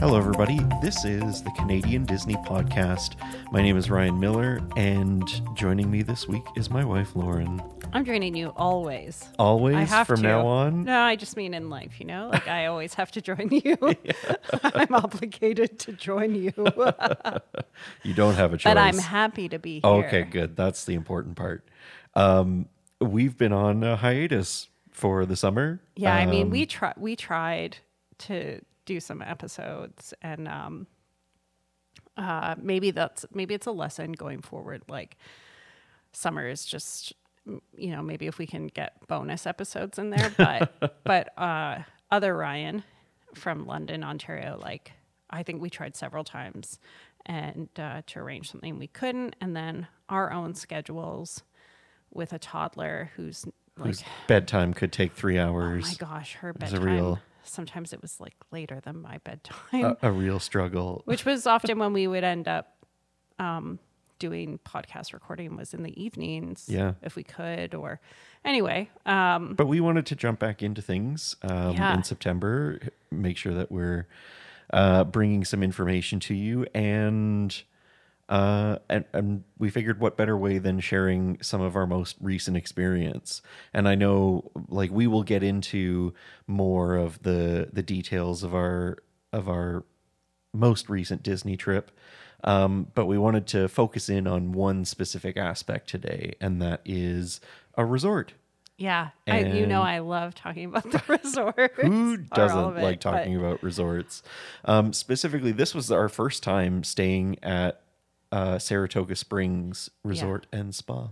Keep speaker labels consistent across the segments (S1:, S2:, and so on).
S1: Hello, everybody. This is the Canadian Disney Podcast. My name is Ryan Miller, and joining me this week is my wife, Lauren.
S2: I'm joining you always. I
S1: Always
S2: have
S1: from
S2: to.
S1: now on.
S2: No, I just mean in life, you know? Like I always have to join you. I'm obligated to join you. but
S1: You don't have a choice.
S2: I'm happy to be here.
S1: Okay, good. That's the important part. Um, we've been on a hiatus for the summer.
S2: Yeah, I mean,
S1: Um,
S2: we try we tried to do some episodes and um uh maybe that's maybe it's a lesson going forward like summer is just m- you know, maybe if we can get bonus episodes in there, but but uh other Ryan from London, Ontario, like I think we tried several times and uh, to arrange something we couldn't and then our own schedules with a toddler who's like Oh
S1: whose bedtime could take three hours.
S2: my gosh, her
S1: was a
S2: bedtime.
S1: real- Uh.
S2: Sometimes it was like later than my bedtime,
S1: a, a real struggle.
S2: which was often when we would end up um, doing podcast recording was in the evenings,
S1: Yeah.
S2: if we could. Or anyway, um,
S1: But we wanted to jump back into things um,
S2: Yeah.
S1: in September, make sure that we're uh, bringing some information to you, and, uh, and and we figured what better way than sharing some of our most recent experience. And I know, like, we will get into more of the the details of our of our most recent Disney trip. Um, but we wanted to focus in on one specific aspect today, and that is a resort.
S2: yeah, I, you know
S1: And-
S2: I love talking about the resort.
S1: Who doesn't like talking about resorts? Um, specifically, this was our first time staying at uh, Saratoga Springs Resort and Spa.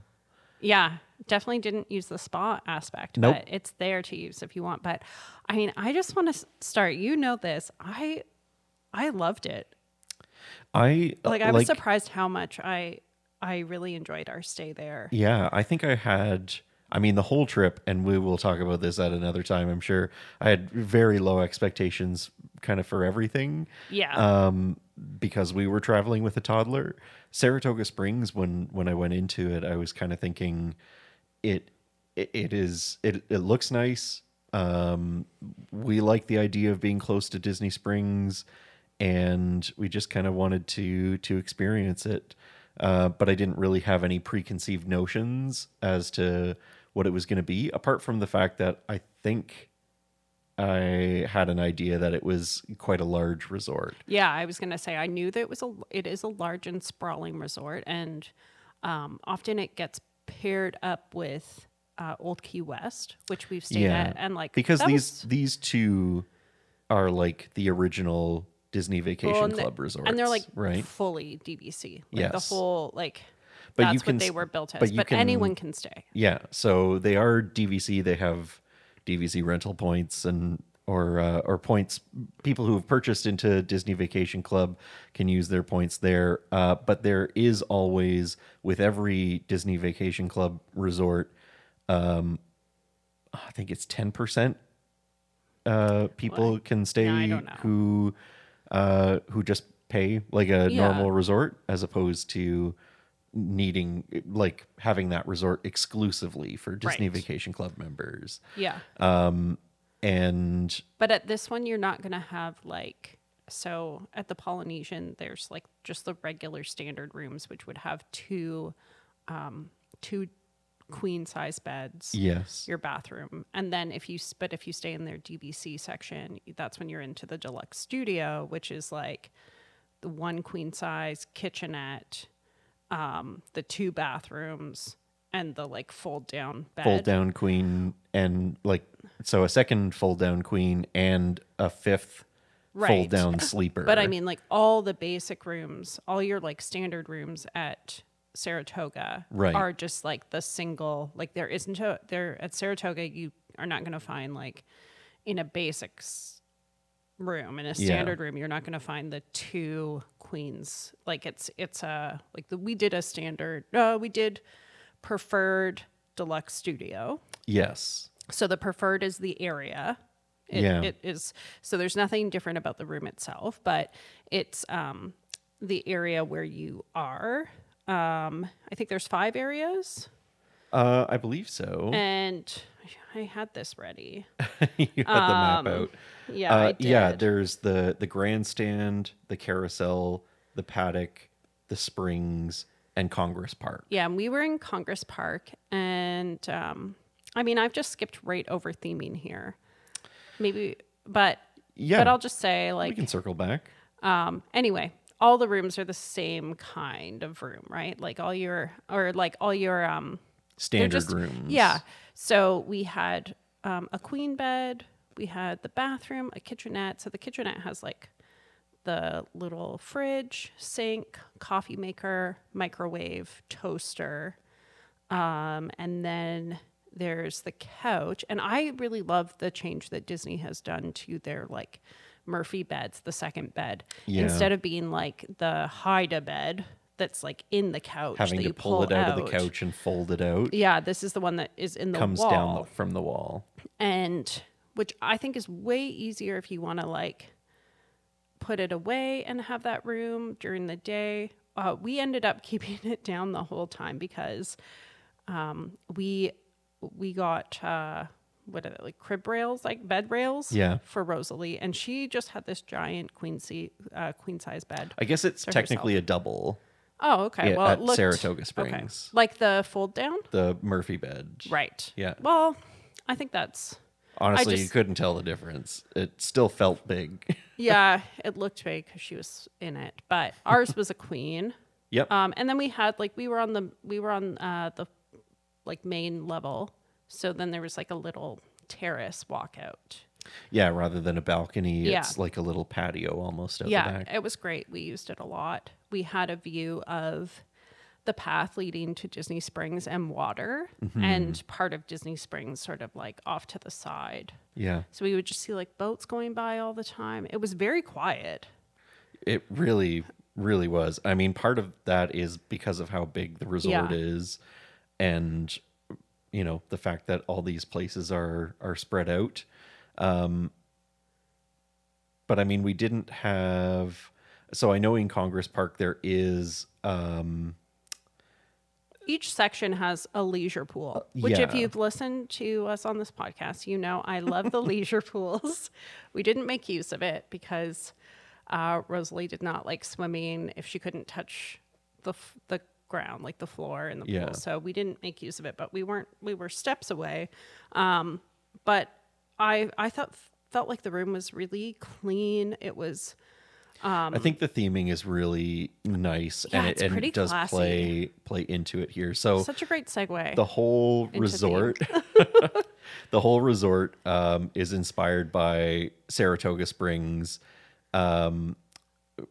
S2: Yeah, definitely didn't use the spa aspect,
S1: Nope.
S2: but it's there to use if you want. But I mean, I just want to start. You know this. I I loved it.
S1: I uh,
S2: like I was surprised how much I I really enjoyed our stay there.
S1: Yeah, I think I had. I mean, the whole trip, and we will talk about this at another time. I'm sure I had very low expectations, kind of for everything.
S2: Yeah.
S1: um, because we were traveling with a toddler. Saratoga Springs, when when I went into it, I was kind of thinking, it it, it is it it looks nice. Um, we like the idea of being close to Disney Springs, and we just kind of wanted to to experience it. Uh, but I didn't really have any preconceived notions as to what it was going to be, apart from the fact that I think I had an idea that it was quite a large resort.
S2: yeah, I was gonna say I knew that it was a it is a large and sprawling resort, and um, often it gets paired up with uh, Old Key West, which we've stayed
S1: Yeah.
S2: at, and like
S1: because
S2: that
S1: these
S2: was-
S1: these two are like the original Disney Vacation
S2: Well, and the-
S1: Club resorts,
S2: and they're like
S1: right.
S2: fully DVC, like the
S1: Yes.
S2: whole like.
S1: But you
S2: that's
S1: can
S2: what they
S1: s-
S2: were built as,
S1: but
S2: but,
S1: you can-
S2: anyone can stay.
S1: Yeah, so they are DVC. They have DVC rental points and or uh, or points. People who have purchased into Disney Vacation Club can use their points there. Uh, but there is always with every Disney Vacation Club resort, um, I think it's ten percent. Uh, people can stay
S2: I don't know.
S1: who uh, who just pay like a
S2: Yeah.
S1: normal resort as opposed to needing like having that resort exclusively for Disney
S2: Right.
S1: Vacation Club members.
S2: Yeah,
S1: And
S2: But at this one, you're not going to have like, so at the Polynesian, there's like just the regular standard rooms, which would have two, um, two queen size beds,
S1: yes,
S2: your bathroom. And then if you, s- but if you stay in their DVC section, that's when you're into the deluxe studio, which is like the one queen size kitchenette, um, the two bathrooms, and the like fold down bed.
S1: fold down queen and like so a second fold down queen and a fifth fold
S2: Right.
S1: down sleeper.
S2: But I mean, like all the basic rooms, all your like standard rooms at Saratoga
S1: Right.
S2: are just like the single. Like there isn't a there at Saratoga, you are not going to find like in a basic s- room in a standard room, you're not going to find the two queens. Like it's it's a like the, we did a standard. No, we did preferred deluxe studio.
S1: yes.
S2: So the preferred is the area. It,
S1: Yeah.
S2: it is so there's nothing different about the room itself, but it's um, the area where you are. Um, I think there's five areas.
S1: Uh, I believe so.
S2: Eh, And I had this ready.
S1: you had the map
S2: Um,
S1: out.
S2: Yeah, I
S1: Uh,
S2: did.
S1: yeah, there's the the grandstand, the carousel, the paddock, the springs, and Congress Park.
S2: Yeah, and we were in Congress Park, and um, I mean, I've just skipped right over theming here. Maybe, but
S1: Yeah,
S2: but I'll just say
S1: we
S2: like
S1: can circle back.
S2: um, anyway, all the rooms are the same kind of room, right? Like all your or like all your um they're
S1: Standard
S2: just-
S1: rooms.
S2: Yeah. So we had um, a queen bed, we had the bathroom, a kitchenette. So the kitchenette has like the little fridge, sink, coffee maker, microwave, toaster. Um, and then there's the couch. And I really love the change that Disney has done to their like Murphy beds, the second bed.
S1: Yeah.
S2: Instead of being like the Haida bed that's like in the couch,
S1: having
S2: that
S1: to
S2: you
S1: pull, it out, of the couch and fold it out
S2: yeah, this is the one that is in the
S1: comes
S2: wall,
S1: down the, from the wall.
S2: and which I think is way easier if you want to like put it away and have that room during the day. Uh, we ended up keeping it down the whole time because um, we we got uh, what are they like crib rails, like bed rails,
S1: Yeah.
S2: for Rosalie, and she just had this giant queen se- uh, queen size bed.
S1: I guess it's
S2: To herself.
S1: technically a double.
S2: Oh, okay.
S1: Yeah,
S2: well,
S1: at
S2: it looked,
S1: Saratoga
S2: okay.
S1: Springs.
S2: like the fold down,
S1: The Murphy bed.
S2: right?
S1: Yeah.
S2: Well, I think that's
S1: Honestly, you
S2: just-
S1: couldn't tell the difference. It still felt big.
S2: yeah, it looked big because she was in it, but ours was a queen.
S1: yep.
S2: Um, and then we had like we were on the we were on uh, the like main level, so then there was like a little terrace walkout.
S1: yeah. Rather than a balcony,
S2: yeah.
S1: it's like a little patio almost out the
S2: Yeah,
S1: back.
S2: it was great. We used it a lot. We had a view of the path leading to Disney Springs and water,
S1: Mm-hmm.
S2: and part of Disney Springs sort of like off to the side.
S1: Yeah.
S2: So we would just see like boats going by all the time. It was very quiet.
S1: It really, really was. I mean, part of that is because of how big the resort
S2: Yeah.
S1: is, and you know the fact that all these places are are spread out. Um, but I mean, we didn't have. So I know in Congress Park there is. Um,
S2: each section has a leisure pool, which, if
S1: Uh, yeah.
S2: you've listened to us on this podcast, you know I love the leisure pools. We didn't make use of it because uh, Rosalie did not like swimming if she couldn't touch the f- the ground, like the floor in the
S1: Yeah.
S2: pool. So we didn't make use of it, but we weren't we were steps away. Um, but I I thought felt like the room was really clean. It was
S1: I think the theming is really nice,
S2: Um, Yeah,
S1: and it,
S2: it's
S1: and
S2: pretty
S1: it does
S2: classy.
S1: play play into it here. So
S2: such a great segue.
S1: Oh, the whole
S2: theme.
S1: resort the whole resort um, is inspired by saratoga springs um,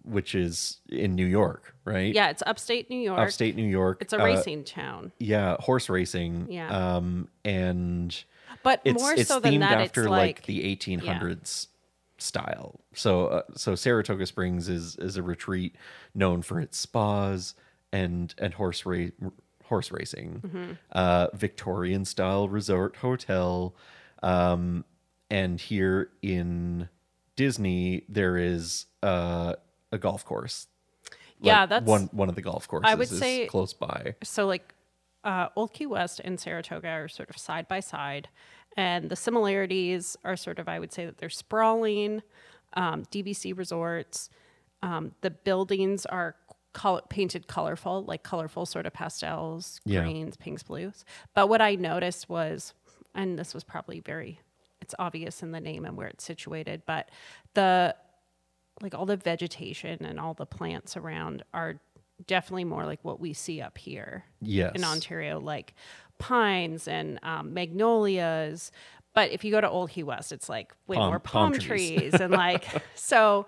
S1: which is in new york right
S2: yeah, it's upstate New York.
S1: upstate new york
S2: It's a
S1: Uh,
S2: racing town.
S1: yeah horse racing
S2: Yeah.
S1: um, and
S2: But
S1: it's,
S2: more
S1: it's
S2: so
S1: themed
S2: than that,
S1: after
S2: it's
S1: like,
S2: like,
S1: the 1800s style. So uh, so Saratoga Springs is is a retreat known for its spas and and horse ra- horse racing,
S2: Mm-hmm.
S1: uh, Victorian style resort hotel, um, and here in Disney there is uh, a golf course.
S2: Yeah,
S1: Like,
S2: that's-
S1: one one of the golf courses.
S2: would
S1: is
S2: say-
S1: close by.
S2: so like uh, Old Key West and Saratoga are sort of side by side, and the similarities are sort of I would say that they're sprawling, um, DVC resorts. Um, the buildings are col- painted colorful, like colorful sort of pastels,
S1: Yeah.
S2: greens, pinks, blues. But what I noticed was, and this was probably very, it's obvious in the name and where it's situated, but the like all the vegetation and all the plants around are definitely more like what we see up here
S1: Yes.
S2: in Ontario, like pines and um, magnolias. But if you go to Old Key West, it's like way
S1: Palm-
S2: more
S1: palm
S2: palm,
S1: trees.
S2: trees. and like so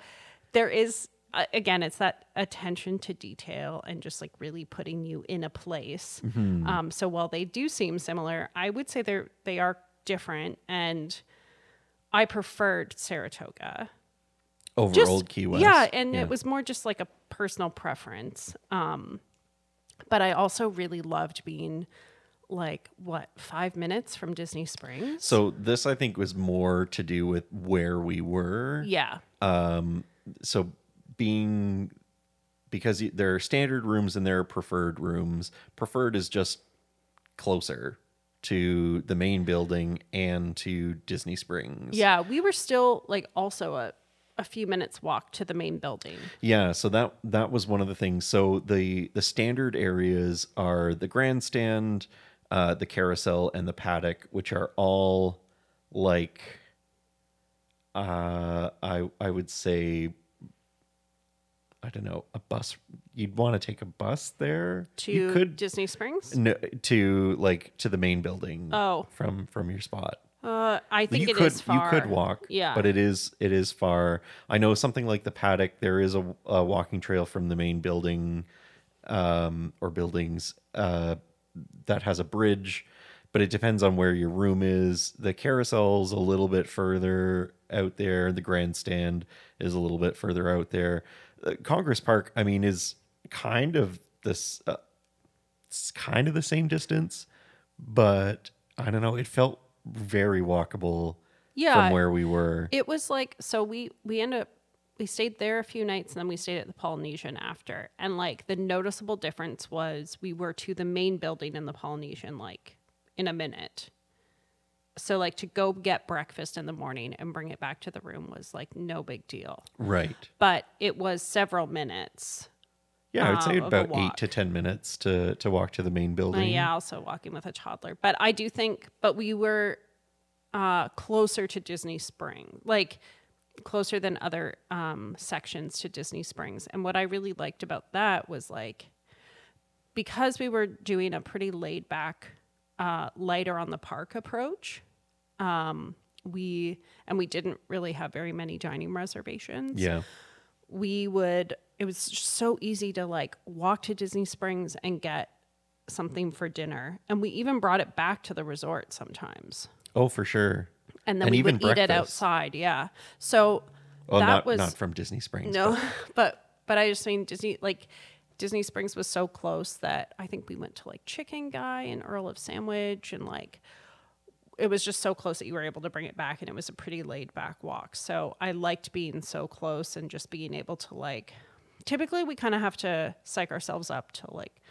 S2: there is uh, again it's that attention to detail and just like really putting you in a place. Um, so while they do seem similar, I would say they're they are different and. I preferred Saratoga
S1: over
S2: just-
S1: Old Key West.
S2: Yeah, and it was more just like a personal preference. Um, but I also really loved being like what five minutes from Disney Springs.
S1: So this I think was more to do with where we were.
S2: yeah,
S1: So being because y- there are standard rooms and there are preferred rooms. Preferred is just closer to the main building and to Disney Springs.
S2: Yeah, we were still like also a, a few minutes walk to the main building.
S1: Yeah, so that that was one of the things. So the the standard areas are the grandstand, uh, the carousel, and the paddock, which are all like, uh, I I would say, I don't know, a bus. You'd want to take a bus there.
S2: To
S1: you could
S2: Disney Springs?
S1: no, to like to the main building.
S2: Oh.
S1: from from your spot.
S2: Uh, I think it
S1: you
S2: is
S1: could
S2: far.
S1: you could walk
S2: Yeah.
S1: but it is it is far i know something like the paddock there is a, a walking trail from the main building um or buildings uh that has a bridge but it depends on where your room is the carousel's a little bit further out there the grandstand is a little bit further out there Uh, congress park i mean is kind of this uh, it's kind of the same distance but I don't know. It felt very walkable
S2: Yeah.
S1: from where we were.
S2: It was like so we we ended up we stayed there a few nights and then we stayed at the Polynesian after. And like the noticeable difference was we were to the main building in the Polynesian like in a minute. So like to go get breakfast in the morning and bring it back to the room was like no big deal.
S1: right.
S2: But it was several minutes.
S1: Yeah, I would say
S2: um, of a
S1: about eight
S2: walk.
S1: to ten minutes to to walk to the main
S2: Uh,
S1: building.
S2: yeah, also walking with a toddler. But I do think but we were uh closer to Disney Spring. Like closer than other um, sections to Disney Springs. And what I really liked about that was like because we were doing a pretty laid back, uh, lighter on the park approach. Um, we and we didn't really have very many dining reservations.
S1: Yeah.
S2: We would. It was just so easy to like walk to Disney Springs and get something for dinner, and we even brought it back to the resort sometimes.
S1: Oh, for sure.
S2: And then
S1: And
S2: we
S1: even
S2: would eat it
S1: breakfast.
S2: outside. Yeah. So
S1: Oh,
S2: that
S1: not
S2: was
S1: not from Disney Springs.
S2: no, but but I just mean Disney like Disney Springs was so close that I think we went to like Chicken Guy and Earl of Sandwich and like it was just so close that you were able to bring it back and it was a pretty laid back walk. So I liked being so close and just being able to like typically we kind of have to psych ourselves up to like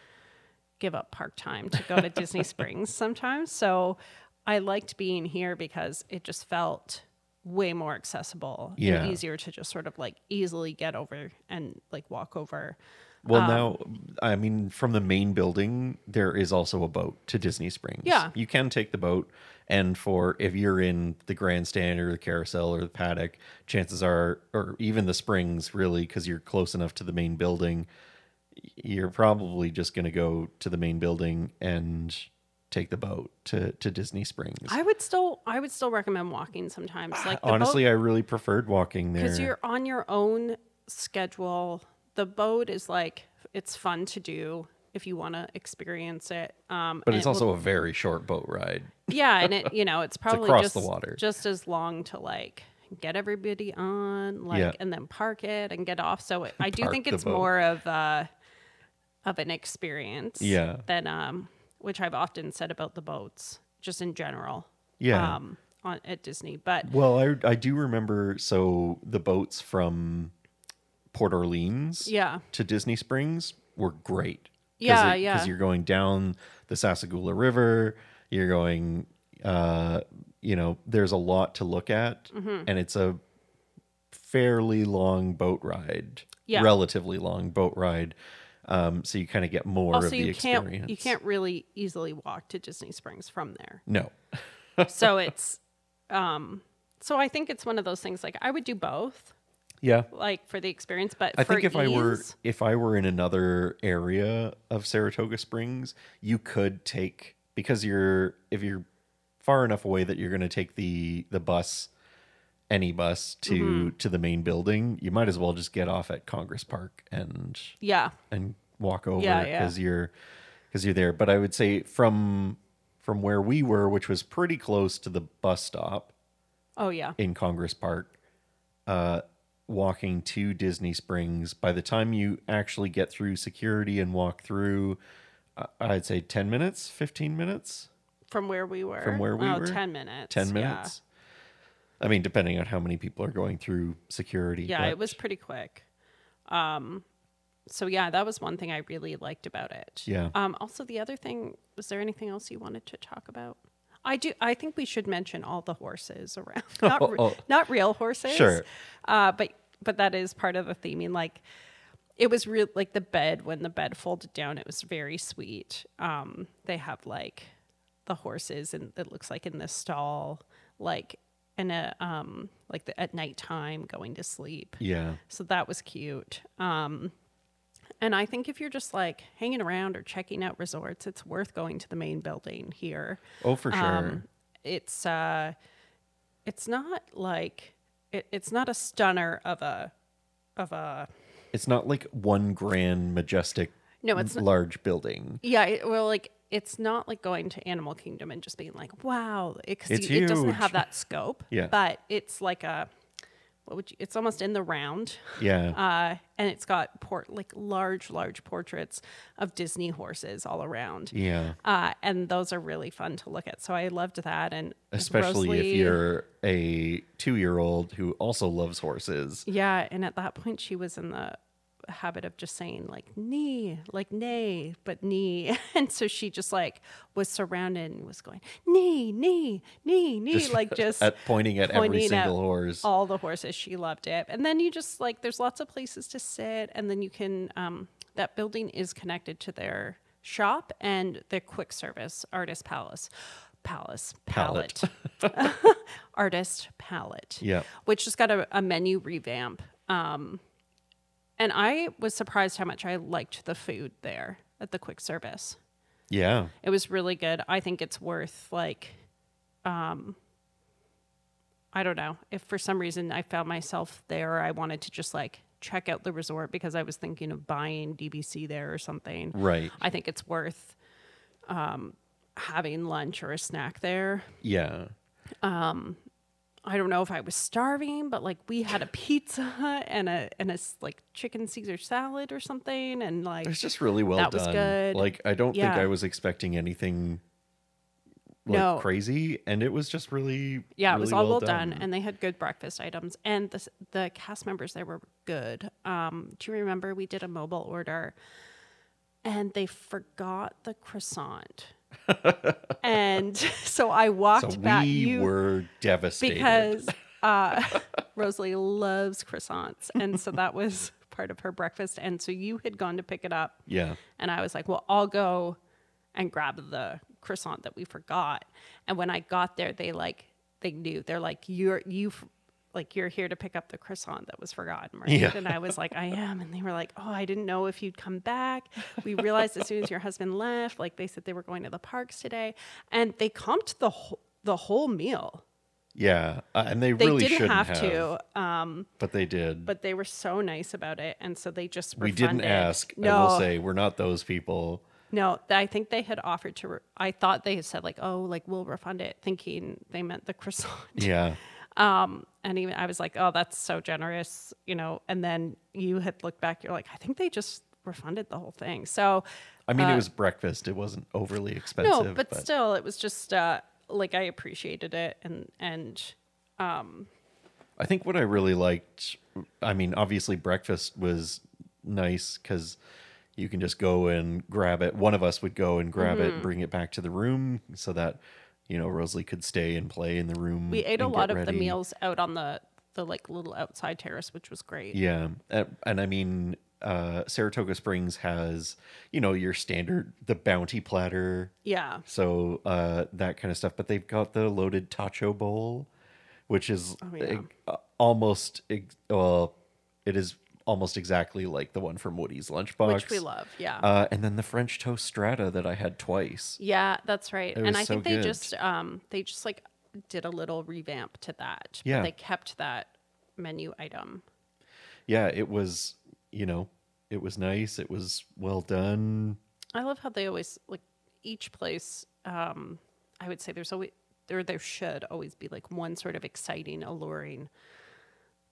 S2: give up park time to go to Disney Springs sometimes. So I liked being here because it just felt way more accessible
S1: Yeah.
S2: and easier to just sort of like easily get over and like walk over.
S1: Well,
S2: Um,
S1: now I mean, from the main building, there is also a boat to Disney Springs.
S2: Yeah.
S1: you can take the boat, and for if you're in the grandstand or the carousel or the paddock, chances are, or even the springs, really, because you're close enough to the main building, you're probably just going to go to the main building and take the boat to to Disney Springs.
S2: I would still I would still recommend walking sometimes. Like the
S1: Honestly, I really preferred walking there.
S2: because you're on your own schedule. The boat is like it's fun to do if you want to experience it. Um,
S1: but
S2: and
S1: it's
S2: it will-
S1: also a very short boat ride.
S2: yeah, and it you know it's probably
S1: across
S2: just
S1: the water.
S2: just as long to like get everybody on like
S1: Yeah.
S2: and then park it and get off. So it, I do
S1: Park
S2: think
S1: the
S2: it's
S1: boat.
S2: more of a of an experience.
S1: Yeah.
S2: Than um, which I've often said about the boats, just in general.
S1: Yeah.
S2: Um, on at Disney, but
S1: Well, I I do remember so the boats from Port Orleans
S2: yeah,
S1: to Disney Springs were great.
S2: Yeah, yeah.
S1: Because you're going down the Sasagula River, you're going uh you know, there's a lot to look at
S2: Mm-hmm.
S1: and it's a fairly long boat ride.
S2: Yeah.
S1: Relatively long boat ride. Um so you kind of get more of
S2: also
S1: the
S2: Oh, you
S1: experience.
S2: can't you can't really easily walk to Disney Springs from there.
S1: No.
S2: so it's um so I think it's one of those things like I would do both
S1: Yeah.
S2: like for the experience but
S1: I
S2: for
S1: think if I were
S2: ease-
S1: if I were in another area of Saratoga Springs, you could take because you're if you're far enough away that you're going to take the the bus any bus to
S2: Mm-hmm.
S1: to the main building, you might as well just get off at Congress Park and
S2: yeah
S1: and walk over
S2: Yeah,
S1: because
S2: yeah.
S1: you're because you're there. But I would say from from where we were, which was pretty close to the bus stop,
S2: oh yeah
S1: in Congress Park, uh, walking to Disney Springs. By the time you actually get through security and walk through, I- I'd say 10 minutes, 15 minutes,
S2: from where we were
S1: From where we
S2: oh,
S1: were?
S2: 10 minutes
S1: 10
S2: yeah.
S1: minutes. I mean, depending on how many people are going through security.
S2: yeah,
S1: but
S2: it was pretty quick Um, so yeah, that was one thing I really liked about it.
S1: Yeah.
S2: Um, also, the other thing was there anything else you wanted to talk about? I do. I think we should mention all the horses around, not, re-
S1: Oh.
S2: not real horses.
S1: Sure.
S2: Uh, but but that is part of the theming. Like it was real. Like the bed when the bed folded down, it was very sweet. Um, they have like the horses, and it looks like in the stall, like in a um like the, at nighttime going to sleep.
S1: Yeah.
S2: So that was cute. Um, and I think if you're just like hanging around or checking out resorts, it's worth going to the main building here.
S1: Oh, for sure.
S2: Um, it's uh, it's not like it, it's not a stunner of a of a
S1: it's not like one grand majestic
S2: no. It's not,
S1: large building.
S2: yeah. It, well, like it's not like going to Animal Kingdom and just being like, wow, it, 'cause
S1: It's
S2: you- it doesn't
S1: huge.
S2: have that scope.
S1: Yeah.
S2: but it's like a what would you? It's almost in the round.
S1: Yeah.
S2: uh, and it's got port like large, large portraits of Disney horses all around.
S1: yeah.
S2: Uh, and those are really fun to look at. So I loved that. And
S1: Especially
S2: Rosalie-
S1: if you're a two year old who also loves horses.
S2: yeah. And at that point, she was in the habit of just saying like knee, like nay, but knee. And so she just like was surrounded and was going knee, knee, knee, knee, like just
S1: at pointing at every
S2: pointing at
S1: single horse.
S2: all the horses. She loved it. And then you just like there's lots of places to sit, and then you can um, that building is connected to their shop and their quick service artist palace, palace
S1: Palette.
S2: palette, artist palette.
S1: Yeah.
S2: which just got a, a menu revamp. Um, and I was surprised how much I liked the food there at the quick service.
S1: Yeah.
S2: It was really good. I think it's worth like um I don't know. If for some reason I found myself there, I wanted to just like check out the resort because I was thinking of buying DBC there or something.
S1: Right.
S2: I think it's worth um having lunch or a snack there.
S1: Yeah.
S2: I don't know if I was starving, but like we had a pizza and a and a s- like chicken Caesar salad or something and like
S1: It's just really well
S2: That was
S1: done.
S2: good.
S1: Like I don't
S2: Yeah.
S1: think I was expecting anything like
S2: No.
S1: crazy, and it was just really
S2: Yeah, it was
S1: really
S2: all well done. and they had good breakfast items, and the s- the cast members there were good. Um, do you remember we did a mobile order, and they forgot the croissant, and so I walked
S1: so
S2: back.
S1: we
S2: you
S1: were devastated
S2: because uh, Rosalie loves croissants, and so that was part of her breakfast. And so you had gone to pick it up,
S1: yeah,
S2: and I was like, well, I'll go and grab the croissant that we forgot. And when I got there, they like, they knew. They're like, you're, you, f- like, you're here to pick up the croissant that was forgotten, right?
S1: Yeah.
S2: And I was like, I am. And they were like, oh, I didn't know if you'd come back. We realized as soon as your husband left, like, they said they were going to the parks today. And they comped the whole, the whole meal.
S1: yeah, uh, and they,
S2: They
S1: really
S2: didn't
S1: shouldn't
S2: have, to, um,
S1: but they did.
S2: but they were so nice about it, and so they just
S1: we didn't
S2: refunded.
S1: ask. I will say we're not those people.
S2: No, th- I think they had offered to. Re- I thought they had said like, "Oh, like we'll refund it," thinking they meant the croissant.
S1: Yeah,
S2: Um, and even I was like, "Oh, that's so generous," you know. And then you had looked back. You're like, "I think they just refunded the whole thing." So
S1: I mean it was breakfast. It wasn't overly expensive.
S2: Uh, no, but, still, it was just uh, like I appreciated it, and and
S1: I think what I really liked, I mean, obviously breakfast was nice because you can just go and grab it. One of us would go and grab
S2: Mm-hmm.
S1: it and bring it back to the room so that, you know, Rosalie could stay and play in the room.
S2: we ate a
S1: Mm, and get
S2: lot of the
S1: ready.
S2: meals out on the the like little outside terrace, which was great.
S1: Yeah. And, and I mean, uh, Saratoga Springs has, you know, your standard, the bounty platter.
S2: yeah.
S1: So uh, that kind of stuff. But they've got the loaded tacho bowl, which is
S2: Oh, yeah.
S1: uh, almost ex- well, it is almost exactly like the one from Woody's Lunchbox,
S2: which we love. Yeah.
S1: Uh, and then the French toast strata that I had twice.
S2: Yeah, that's right.
S1: was
S2: and I
S1: so
S2: think they
S1: good.
S2: just um they just like did a little revamp to that.
S1: Yeah.
S2: But they kept that menu item.
S1: Yeah, it was you know it was nice. It was well done.
S2: I love how they always like each place um I would say there's always there there should always be like one sort of exciting, alluring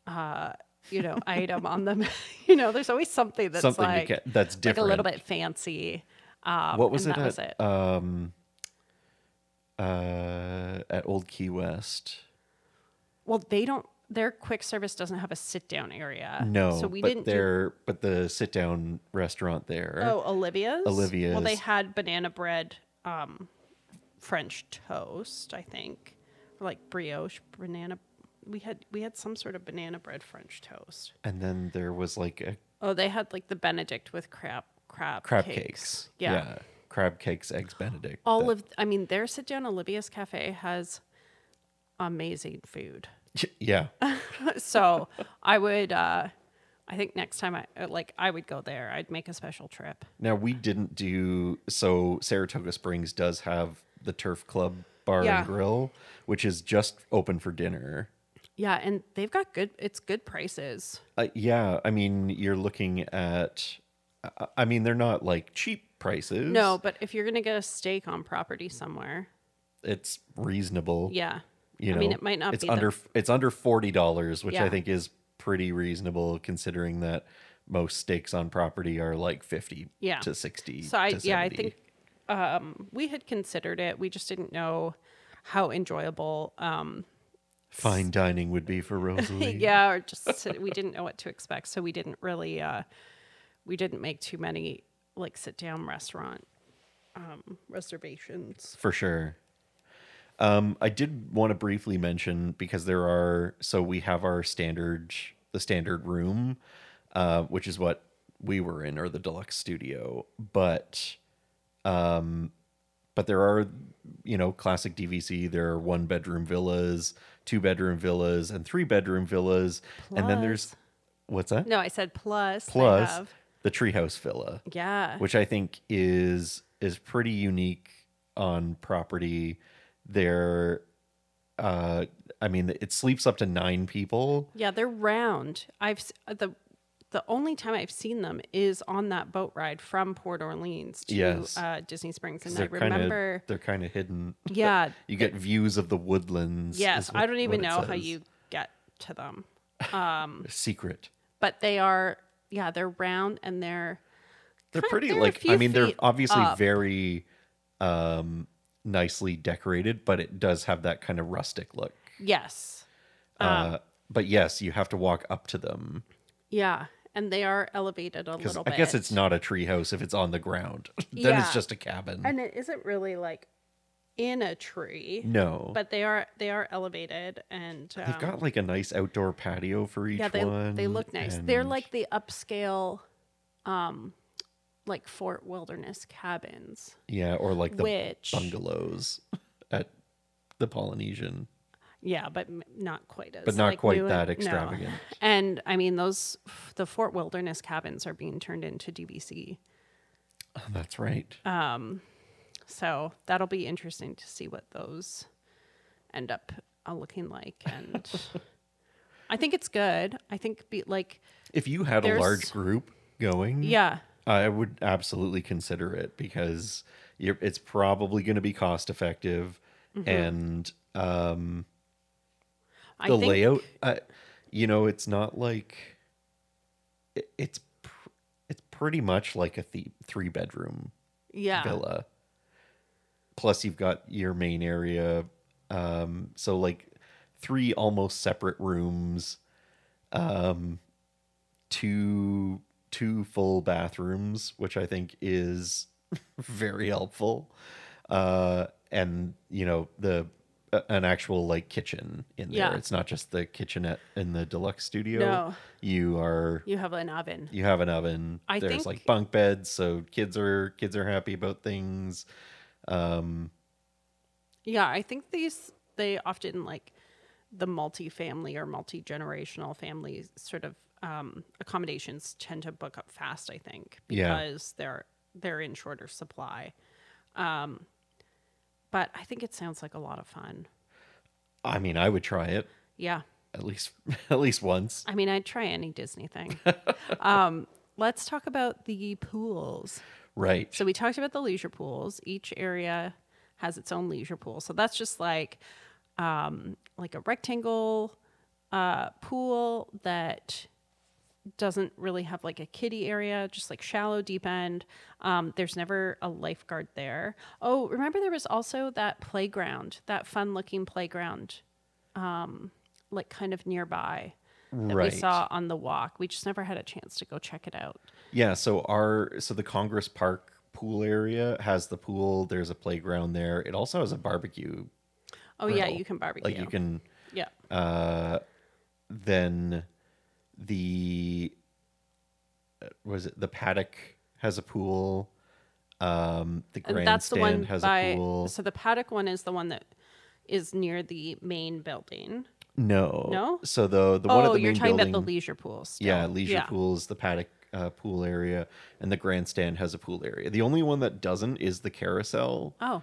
S2: uh you know, item on them. you know, there's always something that's
S1: Something
S2: like,
S1: to get, that's
S2: like a
S1: different.
S2: little bit fancy. Um,
S1: What was it
S2: and That
S1: at?
S2: was it.
S1: Um, uh, at Old Key West.
S2: Well, they don't. their quick service doesn't have a sit down area.
S1: No,
S2: so we
S1: but
S2: didn't. do,
S1: there, but the sit down restaurant there.
S2: oh, Olivia's. Well, they
S1: Olivia's.
S2: had banana bread, um, French toast, I think, or like brioche banana. We had we had some sort of banana bread French toast.
S1: and then there was like a
S2: Oh, they had like the Benedict with crab crab
S1: crab
S2: cakes.
S1: cakes.
S2: Yeah.
S1: crab cakes, eggs Benedict.
S2: All
S1: that-
S2: of I mean, their sit down Olivia's cafe has amazing food.
S1: yeah,
S2: so I would uh I think next time I like I would go there. I'd make a special trip.
S1: Now we didn't do so. Saratoga Springs does have the Turf Club Bar
S2: Yeah.
S1: and Grill, which is just open for dinner.
S2: Yeah, and they've got good it's good prices.
S1: Uh, yeah, I mean you're looking at. I- I mean they're not like cheap prices.
S2: No, but if you're going to get a steak on property somewhere,
S1: it's reasonable.
S2: yeah.
S1: you
S2: I
S1: know,
S2: mean, it might not
S1: It's
S2: be the-
S1: under it's under forty dollars, which
S2: Yeah.
S1: I think is pretty reasonable considering that most stakes on property are like fifty
S2: Yeah.
S1: to sixty.
S2: So I
S1: to
S2: yeah, I
S1: 70.
S2: think um we had considered it. We just didn't know how enjoyable um
S1: fine dining would be for Rosalie.
S2: yeah, or just sit- we didn't know what to expect, so we didn't really uh we didn't make too many like sit down restaurant um reservations.
S1: for sure. Um, I did want to briefly mention because there are so we have our standard the standard room, uh, which is what we were in or the deluxe studio, but um, but there are you know classic DVC. There are one bedroom villas, two bedroom villas, and three bedroom villas, and then there's what's that
S2: No, I said plus. they
S1: plus
S2: have-
S1: the treehouse villa
S2: yeah,
S1: which I think is is pretty unique on property. There, uh, I mean, it sleeps up to nine people.
S2: yeah, they're round. I've s- uh, the the only time I've seen them is on that boat ride from Port Orleans to
S1: Yes.
S2: uh, Disney Springs, and I
S1: They're kind of
S2: remember,
S1: they're kind of hidden.
S2: yeah,
S1: You get views of the woodlands.
S2: yes,
S1: is
S2: I
S1: what-
S2: don't
S1: what
S2: even
S1: it
S2: know how
S1: says.
S2: you get to them,
S1: secret.
S2: but they are, yeah, they're round and they're
S1: They're
S2: Kind-
S1: pretty
S2: they're a
S1: like I
S2: few
S1: mean they're
S2: feet
S1: obviously
S2: up.
S1: very um nicely decorated, but it does have that kind of rustic look.
S2: yes,
S1: uh, but yes, you have to walk up to them
S2: yeah, and they are elevated a
S1: because
S2: little
S1: I
S2: bit.
S1: guess it's not a treehouse if it's on the ground. then
S2: Yeah.
S1: it's just a cabin.
S2: and it isn't really like in a tree,
S1: No.
S2: but they are they are elevated and um,
S1: they've got like a nice outdoor patio for each
S2: yeah they,
S1: one.
S2: they look nice they're
S1: and-
S2: like the upscale um like fort wilderness cabins
S1: Yeah, or like the
S2: which
S1: bungalows at the Polynesian.
S2: yeah but m- not quite as
S1: But not
S2: like,
S1: quite
S2: new
S1: that
S2: and- no.
S1: extravagant.
S2: and i mean those the fort wilderness cabins are being turned into dbc
S1: Oh, that's right.
S2: Uh, Um, so that'll be interesting to see what those end up uh, looking like and i think it's good i think be like
S1: if you had a
S2: there's-
S1: large group going,
S2: yeah
S1: I would absolutely consider it because you're, it's probably going to be cost effective
S2: Mm-hmm.
S1: and um,
S2: I
S1: the
S2: think,
S1: layout uh, you know it's not like it, it's pr- it's pretty much like a th- three bedroom
S2: yeah
S1: villa plus you've got your main area um so like three almost separate rooms um two two full bathrooms which i think is very helpful uh and you know the a- an actual like kitchen in there
S2: Yeah.
S1: it's not just the kitchenette in the deluxe studio
S2: No.
S1: you are
S2: you have an oven
S1: you have an oven.
S2: I
S1: There's
S2: think-
S1: like bunk beds, so kids are kids are happy about things.
S2: Yeah, I think these they often like the multi-family or multi-generational families sort of um, accommodations tend to book up fast. I think
S1: Yeah.
S2: because they're they're in shorter supply. Um, but I think it sounds like a lot of fun.
S1: I mean, I would try it
S2: Yeah,
S1: at least at least once.
S2: I mean, I'd try any Disney thing. um, let's talk about the pools.
S1: Right.
S2: So we talked about the leisure pools. Each area has its own leisure pool. So that's just like um, like a rectangle uh, pool that doesn't really have like a kiddie area, just like shallow deep end. Um, there's never a lifeguard there. Oh, remember there was also that playground, that fun looking playground um, like kind of nearby that
S1: right
S2: we saw on the walk. We just never had a chance to go check it out.
S1: Yeah, so our so the Congress Park pool area has the pool. There's a playground there. It also has a barbecue.
S2: Oh yeah,
S1: grill.
S2: you can barbecue.
S1: Like you can
S2: Yeah.
S1: uh, then the uh, was it the paddock has a pool. Um, the
S2: And that's the one
S1: grandstand has
S2: by
S1: a pool.
S2: so the paddock one is the one that is near the main building.
S1: No,
S2: No?
S1: So the the one
S2: Oh,
S1: at the
S2: you're
S1: main
S2: talking
S1: building,
S2: about the leisure pools. still.
S1: yeah, leisure
S2: Yeah.
S1: pools, the paddock uh, pool area, and the grandstand has a pool area. The only one that doesn't is the carousel.
S2: Oh,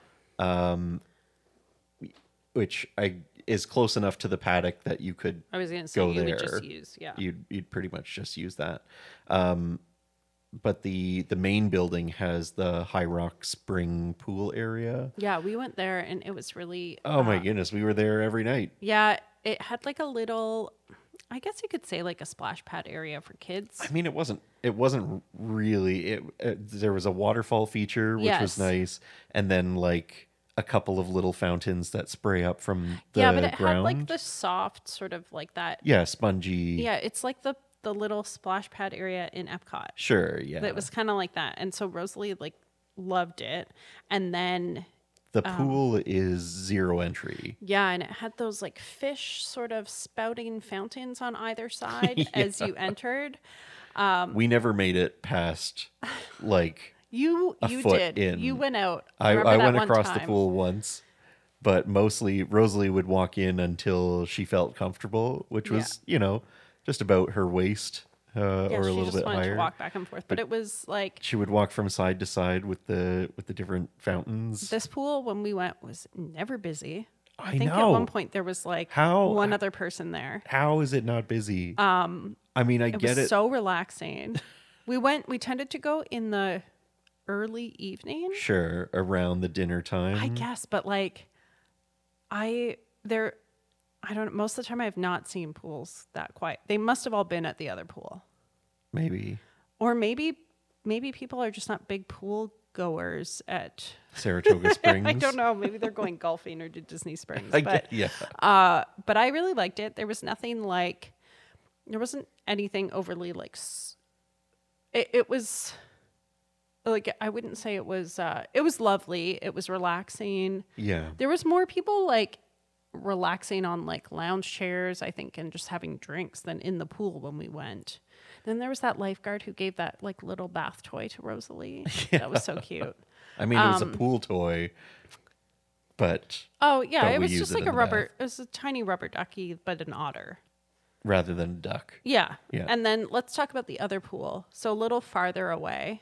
S1: which I is close enough to the paddock that you could
S2: I was gonna say
S1: Go
S2: you would
S1: there.
S2: just use yeah.
S1: you'd you'd pretty much just use that. Um, but the the main building has the High Rock Spring pool area.
S2: Yeah, we went there and it was really um,
S1: Oh my goodness, we were there every night.
S2: yeah. It had like a little, I guess you could say like a splash pad area for kids.
S1: I mean, it wasn't it wasn't really it, it- There was a waterfall feature which was
S2: Yes.
S1: nice, and then like a couple of little fountains that spray up from the
S2: yeah, but it
S1: ground.
S2: had like the soft sort of like that.
S1: yeah, spongy.
S2: Yeah, it's like the the little splash pad area in Epcot.
S1: sure. Yeah,
S2: That was kind of like that, and so Rosalie like loved it. And then
S1: the
S2: um,
S1: pool is zero entry.
S2: yeah, and it had those like fish sort of spouting fountains on either side as you entered. Um,
S1: we never made it past like
S2: You
S1: A
S2: you
S1: foot
S2: did.
S1: in.
S2: You went out.
S1: I,
S2: Remember
S1: I
S2: that
S1: went
S2: one
S1: across the
S2: time?
S1: pool once, but mostly Rosalie would walk in until she felt comfortable, which
S2: Yeah.
S1: was you know just about her waist uh,
S2: Yeah,
S1: or a
S2: she
S1: little
S2: just
S1: bit
S2: wanted
S1: higher.
S2: to walk back and forth, but, it was like
S1: She would walk from side to side with the with the different fountains.
S2: this pool when we went was never busy.
S1: I,
S2: think
S1: know
S2: at one point there was like
S1: How-
S2: one other person there.
S1: how is it not busy? Um, I mean, I
S2: It
S1: get
S2: was
S1: it.
S2: so relaxing. we went. We tended to go in the early evening,
S1: sure, around the dinner time.
S2: I guess, but like I there, I don't. Most of the time, I have not seen pools that quiet. They must have all been at the other pool.
S1: maybe
S2: or maybe maybe people are just not big pool goers at
S1: Saratoga Springs.
S2: I don't know, maybe they're going golfing or to Disney Springs.
S1: I
S2: but
S1: get, yeah.
S2: uh but I really liked it. There was nothing like there wasn't anything overly like s- it, it was like I wouldn't say it was uh it was lovely. It was relaxing.
S1: Yeah.
S2: There was more people like relaxing on like lounge chairs, I think, and just having drinks than in the pool when we went. Then there was that lifeguard who gave that like little bath toy to Rosalie. That was so cute.
S1: I mean, it was a
S2: um,
S1: pool toy, but
S2: Oh yeah,
S1: But
S2: it
S1: we
S2: was
S1: use
S2: just
S1: it
S2: like
S1: in
S2: a
S1: the
S2: rubber. It was a tiny rubber ducky, but an otter.
S1: rather than a duck.
S2: Yeah.
S1: Yeah.
S2: And then let's talk about the other pool. So a little farther away.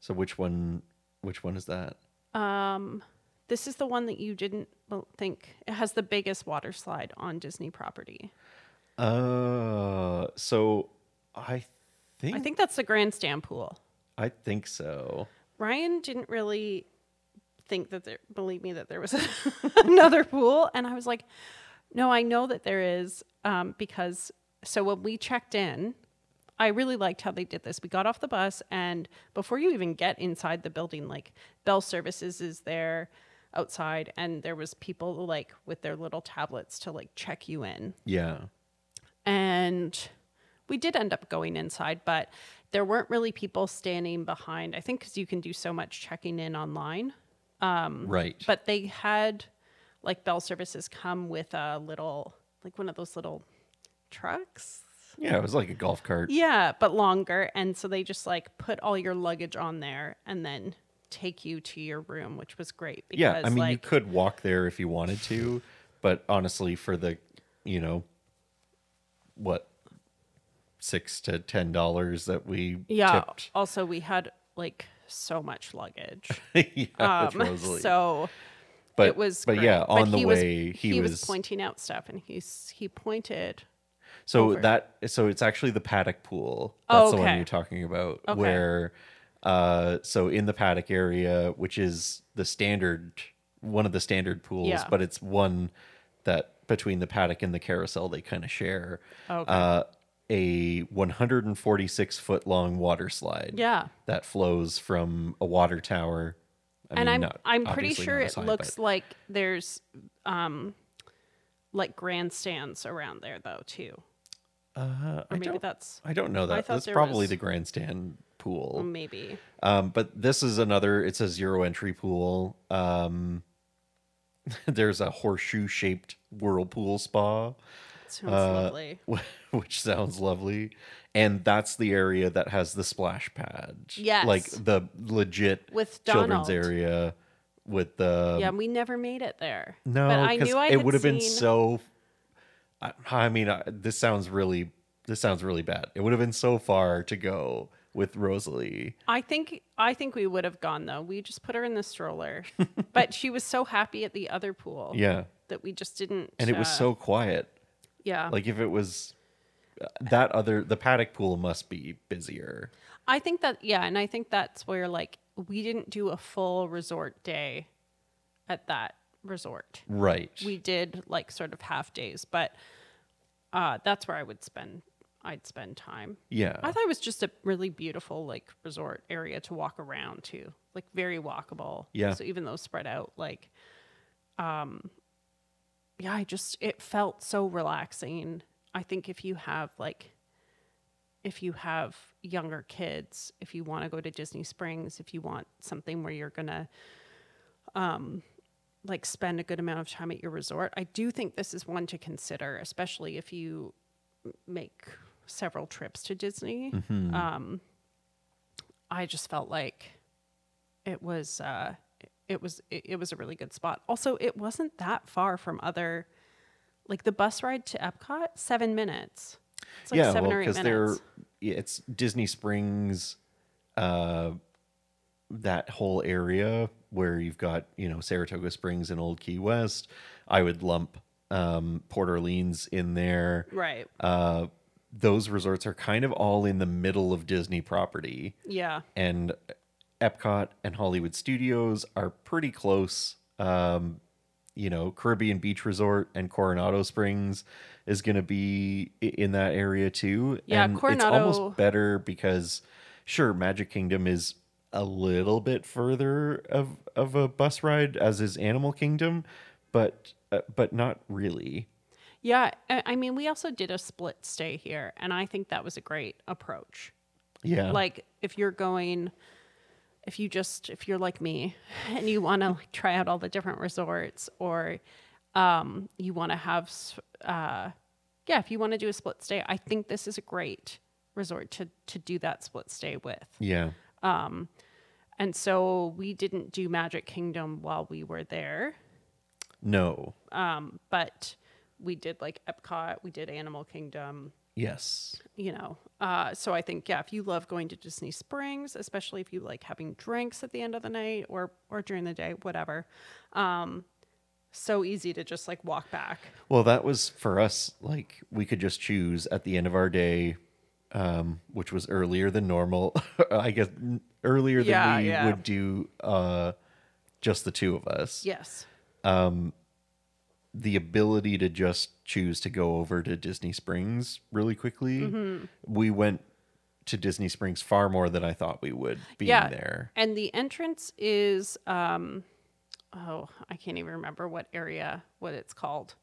S1: So which one? Which one is that?
S2: This is the one that you didn't well, think it has the biggest water slide on Disney property.
S1: Uh, so I think
S2: I think that's the grandstand pool.
S1: I think so.
S2: Ryan didn't really think that there believe me that there was another pool and I was like no I know that there is um, because so when we checked in I really liked how they did this we got off the bus and before you even get inside the building like bell services is there outside and there was people like with their little tablets to like check you in
S1: Yeah,
S2: and we did end up going inside but there weren't really people standing behind i think because you can do so much checking in online
S1: right.
S2: Mm, but they had like bell services come with a little like one of those little trucks
S1: yeah, it was like a golf cart.
S2: yeah but longer and so they just like put all your luggage on there and then take you to your room which was great because
S1: yeah, I mean, you
S2: like
S1: could walk there if you wanted to, but honestly, for the you know what six to ten dollars that we
S2: yeah
S1: tipped
S2: also we had like so much luggage
S1: yeah, with
S2: Um,
S1: Rosalie.
S2: so
S1: but
S2: it was
S1: but
S2: great.
S1: yeah, on
S2: But
S1: the
S2: he was-
S1: way he,
S2: was,
S1: was
S2: pointing out stuff and he's he pointed
S1: So
S2: over.
S1: that so it's actually the paddock pool. That's
S2: Oh,
S1: the one
S2: okay.
S1: you're talking about.
S2: Okay.
S1: Where uh so in the paddock area, which is the standard one of the standard pools,
S2: Yeah.
S1: but it's one that between the paddock and the carousel they kind of share.
S2: Okay.
S1: Uh a 146 foot long water slide
S2: yeah
S1: that flows from a water tower. I
S2: and
S1: mean,
S2: i'm
S1: not-
S2: i'm pretty
S1: obviously
S2: sure
S1: not
S2: it
S1: as high,
S2: looks
S1: but
S2: like there's um like grandstands around there though too.
S1: Uh,
S2: Or
S1: I
S2: maybe
S1: don't.
S2: that's
S1: I don't know that.
S2: thought
S1: That's
S2: there
S1: probably
S2: was-
S1: the grandstand pool.
S2: well, maybe.
S1: Um, but this is another. It's a zero entry pool. Um, there's a horseshoe shaped whirlpool spa,
S2: Sounds
S1: uh,
S2: lovely.
S1: wh- which sounds lovely, and that's the area that has the splash pad.
S2: Yes.
S1: like the legit
S2: With
S1: children's
S2: Donald.
S1: area with the um,
S2: yeah, we never made it there.
S1: no.
S2: but I
S1: 'cause
S2: knew I
S1: it
S2: had
S1: would have been
S2: seen-
S1: so. I, I mean, I, this sounds really. This sounds really bad. It would have been so far to go with Rosalie.
S2: I think I think we would have gone though. We just put her in the stroller, but she was so happy at the other pool
S1: Yeah,
S2: that we just didn't.
S1: and it was
S2: uh,
S1: so quiet.
S2: yeah.
S1: Like if it was uh, that other the paddock pool must be busier.
S2: I think that yeah, and I think that's where like we didn't do a full resort day at that resort.
S1: Right.
S2: We did like sort of half days, but uh, that's where I would spend. I'd spend time.
S1: yeah.
S2: I thought it was just a really beautiful like resort area to walk around to, like very walkable.
S1: Yeah.
S2: So even though spread out, like, um, yeah, I just it felt so relaxing. I think if you have like, if you have younger kids, if you want to go to Disney Springs, if you want something where you're gonna, um, like spend a good amount of time at your resort, I do think this is one to consider, especially if you make several trips to Disney.
S1: Hmm.
S2: Um, I just felt like it was uh, it was it, it was a really good spot. Also, it wasn't that far from other like the bus ride to Epcot, seven minutes. It's like
S1: yeah,
S2: seven
S1: well,
S2: or eight minutes.
S1: they're yeah, it's Disney Springs uh that whole area where you've got, you know, Saratoga Springs and Old Key West. I would lump um Port Orleans in there.
S2: right.
S1: Uh those resorts are kind of all in the middle of Disney property.
S2: Yeah.
S1: and Epcot and Hollywood Studios are pretty close. Um, you know, Caribbean Beach Resort and Coronado Springs is going to be i- in that area too.
S2: Yeah,
S1: and It's
S2: Coronado-
S1: almost better because, sure, Magic Kingdom is a little bit further of of a bus ride as is Animal Kingdom, but uh, but not really.
S2: Yeah. I, I mean, we also did a split stay here, and I think that was a great approach.
S1: Yeah,
S2: like if you're going if you just if you're like me and you want to like try out all the different resorts or um you want to have s- uh yeah if you want to do a split stay i think this is a great resort to to do that split stay with
S1: yeah,
S2: and so we didn't do magic kingdom while we were there
S1: no,
S2: but we did like epcot we did animal kingdom
S1: yes,
S2: you know. Uh, so I think yeah, if you love going to Disney Springs, especially if you like having drinks at the end of the night or or during the day, whatever. Um, so easy to just like walk back.
S1: Well, that was for us. Like we could just choose at the end of our day, um, which was earlier than normal. I guess n- earlier than
S2: Yeah,
S1: we
S2: yeah.
S1: would do uh, just the two of us.
S2: Yes.
S1: The ability to just choose to go over to Disney Springs really quickly.
S2: Mm-hmm.
S1: We went to Disney Springs far more than I thought we would being
S2: Yeah.
S1: there.
S2: And the entrance is um oh, I can't even remember what area what it's called.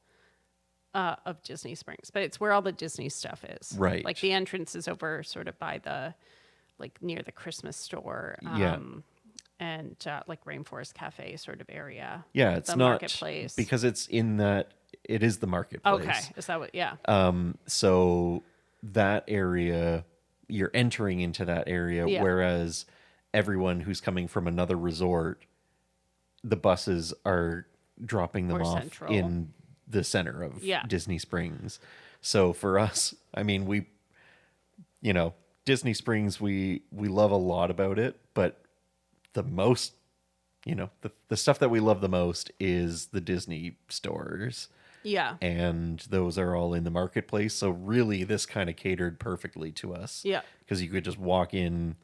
S2: Uh, of Disney Springs, but it's where all the Disney stuff is.
S1: Right.
S2: Like the entrance is over sort of by the, like near the Christmas store. um,
S1: Yeah.
S2: And uh, like Rainforest Cafe sort of area.
S1: Yeah, it's
S2: the
S1: not
S2: marketplace.
S1: because it's in that it is the marketplace.
S2: Okay. Is that what? Yeah.
S1: Um, so that area, you're entering into that area,
S2: Yeah.
S1: whereas everyone who's coming from another resort, the buses are dropping them
S2: More
S1: off
S2: central.
S1: in the center of
S2: Yeah.
S1: Disney Springs. So for us, I mean, we, you know, Disney Springs, we we love a lot about it, but the most you know the, the stuff that we love the most is the disney stores
S2: yeah.
S1: and those are all in the marketplace. So really, this kind of catered perfectly to us.
S2: Yeah.
S1: because you could just walk in,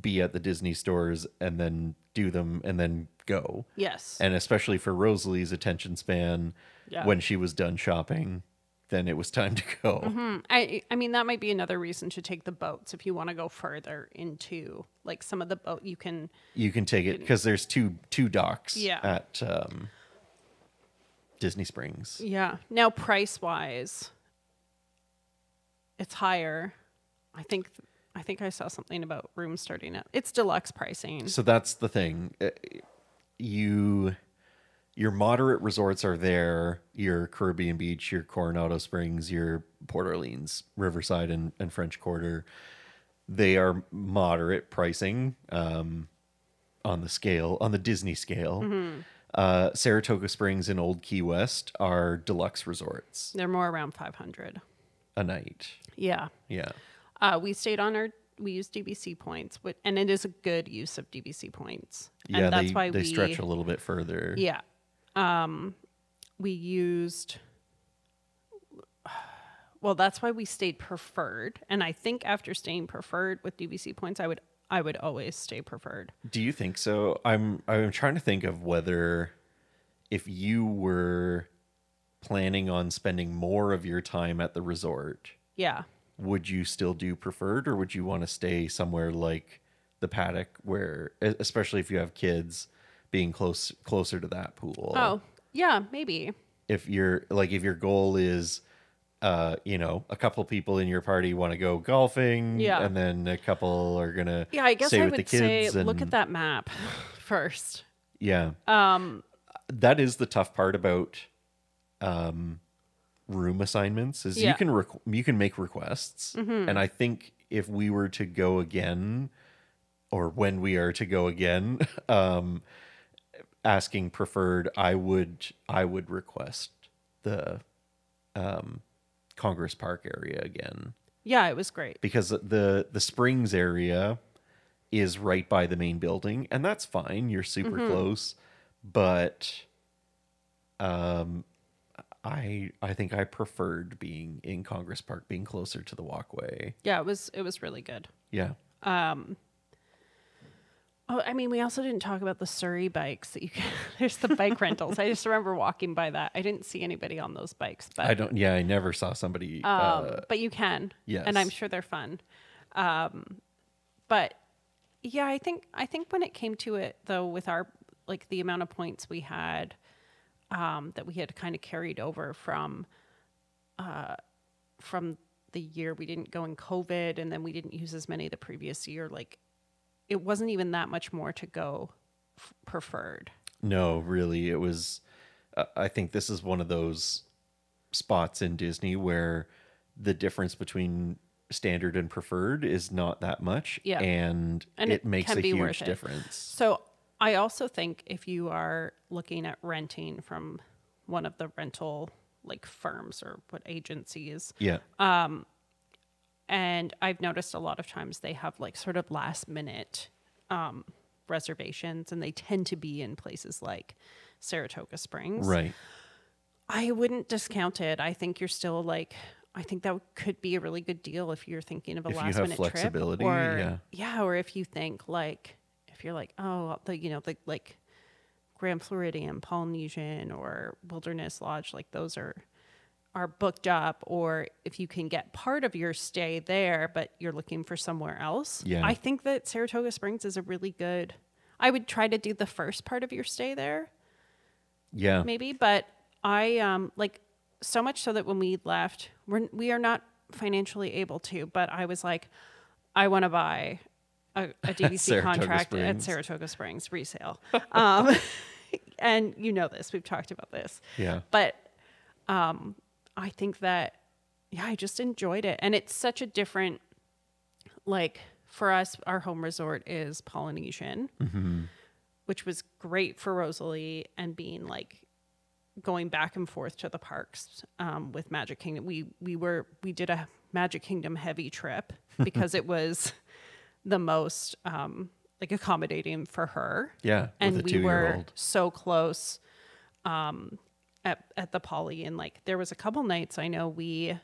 S1: be at the Disney stores, and then do them, and then go.
S2: Yes.
S1: And especially for Rosalie's attention span,
S2: Yeah.
S1: when she was done shopping, then it was time to go.
S2: Hmm. I I mean that might be another reason to take the boats if you want to go further into like some of the boat you can.
S1: You can take it because there's two two docks
S2: Yeah.
S1: at um, Disney Springs.
S2: Yeah. Now, price wise, it's higher. I think. I think I saw something about rooms starting at it's deluxe pricing.
S1: So that's the thing. Uh, You your moderate resorts are there, your Caribbean Beach, your Coronado Springs, your Port Orleans, Riverside and, and French Quarter. They are moderate pricing um, on the scale, on the Disney scale.
S2: Mm-hmm.
S1: Uh, Saratoga Springs and Old Key West are deluxe resorts
S2: They're more around five hundred.
S1: a night.
S2: Yeah.
S1: Yeah.
S2: Uh, we stayed on our we use DBC points, wh- and it is a good use of DBC points. And
S1: yeah,
S2: that's
S1: they,
S2: why
S1: they
S2: we
S1: stretch a little bit further.
S2: yeah. Um, we used. Well, that's why we stayed preferred, and I think after staying preferred with DBC points, I would I would always stay preferred.
S1: Do you think so? I'm I'm trying to think of whether if you were planning on spending more of your time at the resort,
S2: Yeah,
S1: would you still do preferred or would you want to stay somewhere like the paddock where e- especially if you have kids being close closer to that pool.
S2: Oh, yeah, maybe.
S1: If you're like if your goal is uh, you know, a couple people in your party want to go golfing,
S2: Yeah.
S1: and then a couple are gonna
S2: Yeah, I guess
S1: stay
S2: I
S1: with the
S2: would say
S1: kids and
S2: look at that map first.
S1: yeah.
S2: Um,
S1: that is the tough part about um room assignments is you
S2: Yeah.
S1: can requ- you can make requests and i think if we were to go again or when we are to go again um asking preferred i would i would request the um congress park area again
S2: yeah, it was great.
S1: because the the springs area is right by the main building and that's fine you're super close but um i i think i preferred being in congress park being closer to the walkway
S2: Yeah, it was it was really good.
S1: yeah
S2: Oh, I mean, we also didn't talk about the Surrey bikes that you can. There's the bike rentals. I just remember walking by that. I didn't see anybody on those bikes, but
S1: i don't yeah i never saw somebody
S2: um,
S1: uh,
S2: but you can.
S1: yes.
S2: and I'm sure they're fun. Um, but yeah, I think I think when it came to it though, with our like the amount of points we had um, that we had kind of carried over from uh, from the year we didn't go in COVID, and then we didn't use as many the previous year. Like it wasn't even that much more to go f- preferred.
S1: no really it was uh, i think this is one of those spots in disney where the difference between standard and preferred is not that much
S2: Yeah.
S1: and,
S2: And
S1: it,
S2: it
S1: makes
S2: can
S1: a
S2: be
S1: huge
S2: worth it.
S1: difference
S2: So I also think if you are looking at renting from one of the rental like firms or what agencies,
S1: Yeah.
S2: Um, and I've noticed a lot of times they have like sort of last minute um, reservations, and they tend to be in places like Saratoga Springs.
S1: right.
S2: I wouldn't discount it. I think you're still like, I think that could be a really good deal if you're thinking of a
S1: If you
S2: last
S1: have
S2: minute
S1: flexibility,
S2: trip, or
S1: yeah.
S2: or if you think like, if you're like, oh, the you know the like, Grand Floridian, Polynesian, or Wilderness Lodge, like those are are booked up. Or if you can get part of your stay there, but you're looking for somewhere else,
S1: Yeah.
S2: I think that Saratoga Springs is a really good. I would try to do the first part of your stay there
S1: Yeah.
S2: maybe but i um like so much so that when we left we're we are not financially able to but i was like i want to buy a, a dvc
S1: Saratoga
S2: contract at
S1: Springs.
S2: saratoga springs resale um and you know this we've talked about this
S1: Yeah.
S2: but um i think that yeah i just enjoyed it and it's such a different like for us our home resort is polynesian which was great for rosalie and being like going back and forth to the parks um, with magic kingdom we we were we did a magic kingdom heavy trip because it was the most um, like accommodating for her
S1: Yeah.
S2: and
S1: with a
S2: we were
S1: two-year-old.
S2: so close um at, at the poly and like there was a couple nights i know we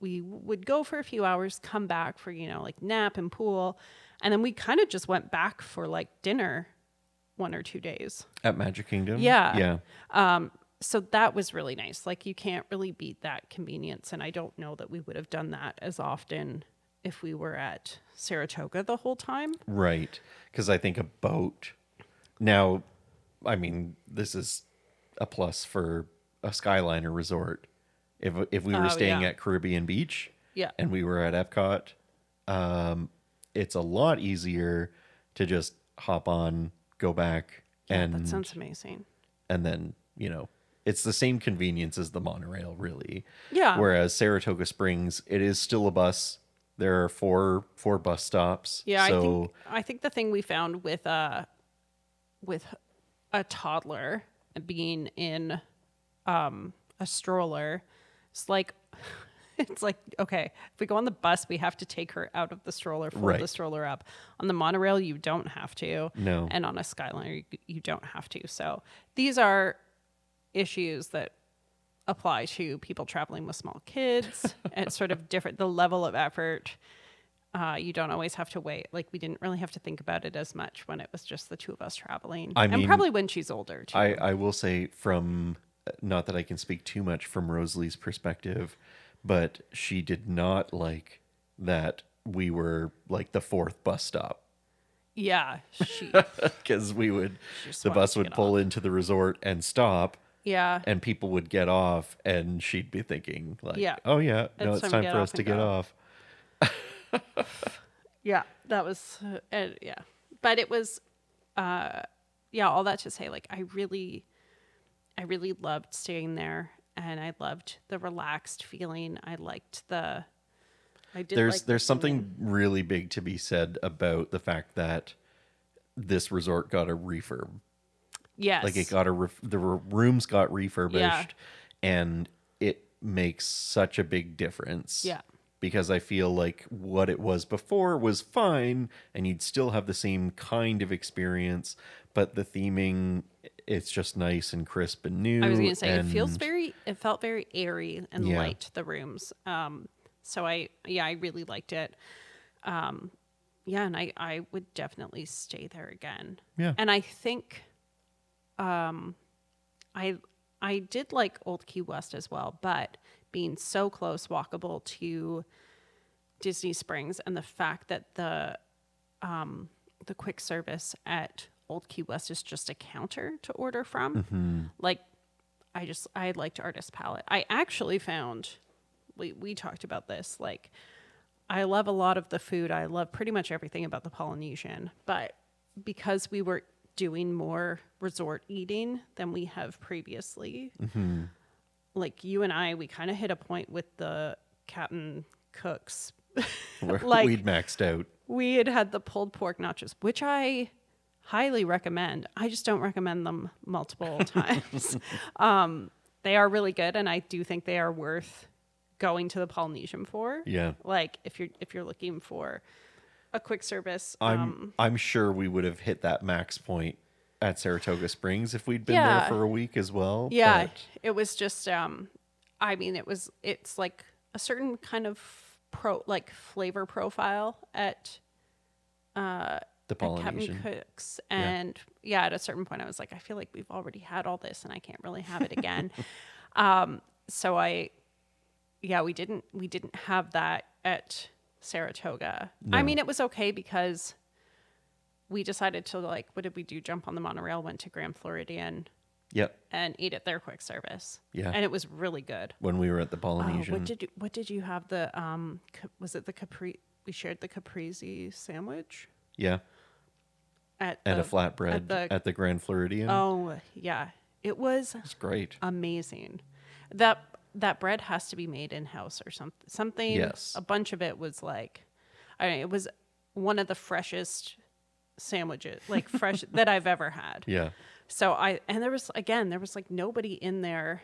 S2: we would go for a few hours come back for you know like nap and pool and then we kind of just went back for like dinner one or two days
S1: at Magic Kingdom.
S2: Yeah.
S1: Yeah.
S2: so that was really nice like you can't really beat that convenience and i don't know that we would have done that as often if we were at saratoga the whole time
S1: Right. Because I think a boat. Now, I mean, this is a plus for a Skyliner resort. If if we were
S2: Oh,
S1: staying
S2: yeah.
S1: at Caribbean Beach
S2: Yeah.
S1: and we were at Epcot, um, it's a lot easier to just hop on, go back, and
S2: that sounds amazing.
S1: and then you know it's the same convenience as the monorail really
S2: Yeah.
S1: whereas saratoga springs it is still a bus there are four four bus stops
S2: Yeah,
S1: so
S2: I think I think the thing we found with uh with a toddler being in um a stroller, it's like it's like okay, if we go on the bus, we have to take her out of the stroller, fold the
S1: Right.
S2: stroller up. On the monorail, you don't have to.
S1: No.
S2: and on a Skyliner, you, you don't have to. So these are issues that apply to people traveling with small kids and sort of different the level of effort uh, you don't always have to wait like we didn't really have to think about it as much when it was just the two of us traveling
S1: I
S2: and
S1: mean,
S2: probably when she's older too
S1: I, I will say from uh, not that I can speak too much from Rosalie's perspective, but she did not like that we were like the fourth bus stop
S2: yeah she
S1: because we would
S2: just
S1: the
S2: wanted
S1: bus
S2: to
S1: would
S2: get
S1: pull into the resort and stop
S2: yeah
S1: and people would get off and she'd be thinking like
S2: Yeah.
S1: oh yeah no it's, time,
S2: to get
S1: for
S2: off
S1: us to
S2: and
S1: get
S2: go."
S1: off
S2: yeah that was uh, and yeah but it was uh yeah all that to say like i really i really loved staying there and i loved the relaxed feeling i liked the i did
S1: there's
S2: like the
S1: there's
S2: feeling.
S1: something really big to be said about the fact that this resort got a refurb
S2: yes
S1: like it got a ref- the r- rooms got refurbished and it makes such a big difference
S2: Yeah.
S1: because i feel like what it was before was fine and you'd still have the same kind of experience but the theming it's just nice and crisp and new
S2: I was going to say it feels
S1: and-
S2: very it felt very airy and
S1: Yeah.
S2: light the rooms. Um so I yeah, I really liked it. Um yeah, and I I would definitely stay there again.
S1: Yeah.
S2: And I think um I I did like Old Key West as well, but being so close walkable to Disney Springs and the fact that the um, the quick service at Old Key West is just a counter to order from. Like, I just I liked Artist Palette. I actually found we we talked about this. Like, I love a lot of the food. I love pretty much everything about the Polynesian, but because we were doing more resort eating than we have previously, like you and I, we kind of hit a point with the captain cooks.
S1: where
S2: like-
S1: we'd maxed out
S2: we had had the pulled pork nachos, which I highly recommend. I just don't recommend them multiple times. um, they are really good, and I do think they are worth going to the Polynesian for.
S1: yeah
S2: Like if you're if you're looking for a quick service,
S1: i'm
S2: um,
S1: i'm sure we would have hit that max point at saratoga springs if we'd been
S2: Yeah.
S1: there for a week as well
S2: Yeah,
S1: but-
S2: it was just um I mean it was it's like a certain kind of pro like flavor profile at
S1: the
S2: at Captain
S1: polynesian
S2: Cook's and yeah. at a certain point I was like I feel like we've already had all this and I can't really have it again. um so I yeah, we didn't we didn't have that at Saratoga. I mean it was okay because we decided to like what did we do jump on the monorail went to Grand Floridian
S1: yep
S2: and eat at their quick service.
S1: Yeah.
S2: and it was really good.
S1: when we were at the
S2: Oh,
S1: polynesian
S2: what did you, what did you have? The um, ca- was it the capri? We shared the caprese sandwich
S1: yeah
S2: Oh, at
S1: and
S2: the,
S1: a flatbread at the,
S2: the-
S1: Grand Floridian.
S2: Oh yeah, it was
S1: It's great.
S2: amazing. That that bread has to be made in house or something. Something.
S1: Yes.
S2: A bunch of it was like, I mean, it was one of the freshest sandwiches, like fresh that I've ever had.
S1: Yeah.
S2: So I and there was again there was like nobody in there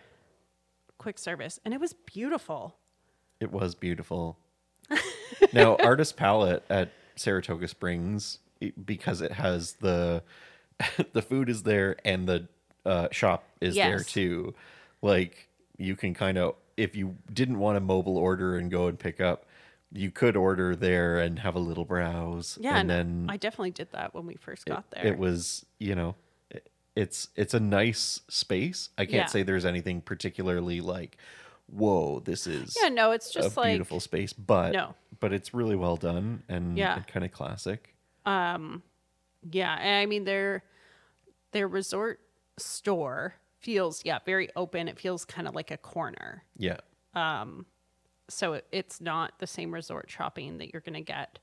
S2: quick service and it was beautiful.
S1: It was beautiful. now, Artist Palette at Saratoga Springs it- because it has the the food is there and the uh, shop is there
S2: Yes.
S1: too. Like you can kind of if you didn't want to mobile order and go and pick up, you could order there and have a little browse.
S2: Yeah,
S1: and
S2: and,
S1: then
S2: I definitely did that when we first got there.
S1: Mm. it was you know it- it's it's a nice space i can't
S2: Yeah.
S1: say there's anything particularly like whoa this is
S2: yeah, no, it's
S1: a
S2: just like
S1: beautiful space but
S2: No.
S1: but it's really well done and,
S2: Yeah.
S1: kind of classic
S2: yeah, and I mean their their resort store feels yeah very open. It feels kind of like a corner.
S1: Yeah.
S2: so it, it's not the same resort shopping that you're going to get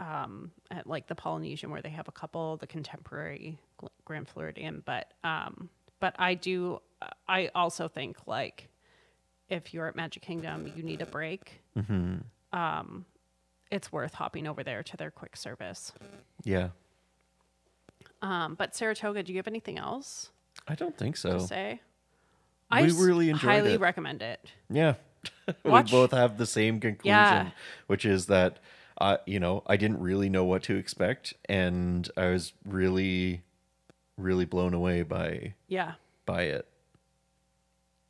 S2: um, at like the Polynesian where they have a couple, the contemporary Gl- Grand Floridian, but um, but I do I also think like if you're at Magic Kingdom, you need a break. Um, it's worth hopping over there to their quick service.
S1: Yeah.
S2: Um, but Saratoga, do you have anything else
S1: I don't think
S2: to
S1: so.
S2: say?
S1: We
S2: s-
S1: really enjoyed
S2: highly
S1: it.
S2: recommend it.
S1: Yeah.
S2: Watch-
S1: we both have the same conclusion,
S2: Yeah.
S1: which is that I, you know, I didn't really know what to expect and I was really really blown away by
S2: Yeah.
S1: by it.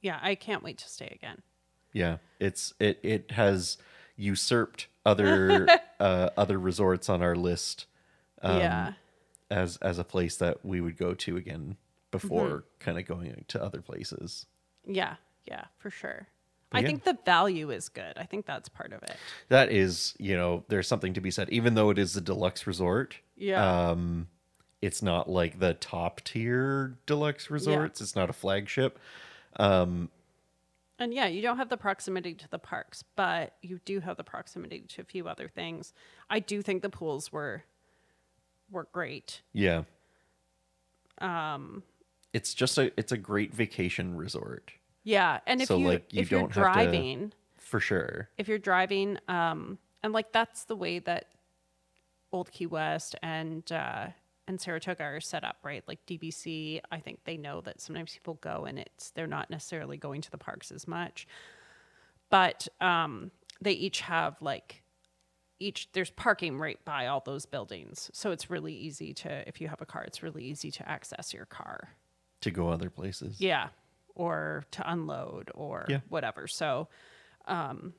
S2: Yeah, I can't wait to stay again.
S1: Yeah, it's it it has usurped other uh, other resorts on our list Um,
S2: yeah.
S1: as as a place that we would go to again before kind of going to other places.
S2: Yeah, yeah, for sure.
S1: But
S2: I
S1: yeah.
S2: think the value is good. I think that's part of it.
S1: That is, you know, there's something to be said. Even though it is a deluxe resort,
S2: Yeah.
S1: um, it's not like the top tier deluxe resorts. It's not a flagship.
S2: and yeah, you don't have the proximity to the parks, but you do have the proximity to a few other things. I do think the pools were were great.
S1: Yeah. Um, it's just a it's a great vacation resort
S2: Yeah, and if
S1: So,
S2: you
S1: like, you
S2: if you're
S1: don't have to-
S2: driving,
S1: for sure.
S2: if you're driving, um, and like that's the way that Old Key West and uh, and Saratoga are set up, right? Like DBC, I think they know that sometimes people go and it's they're not necessarily going to the parks as much, but um, they each have like each there's parking right by all those buildings, so it's really easy to if you have a car, it's really easy to access your car.
S1: To go other places.
S2: Yeah. Or to unload or
S1: Yeah.
S2: whatever. So, um,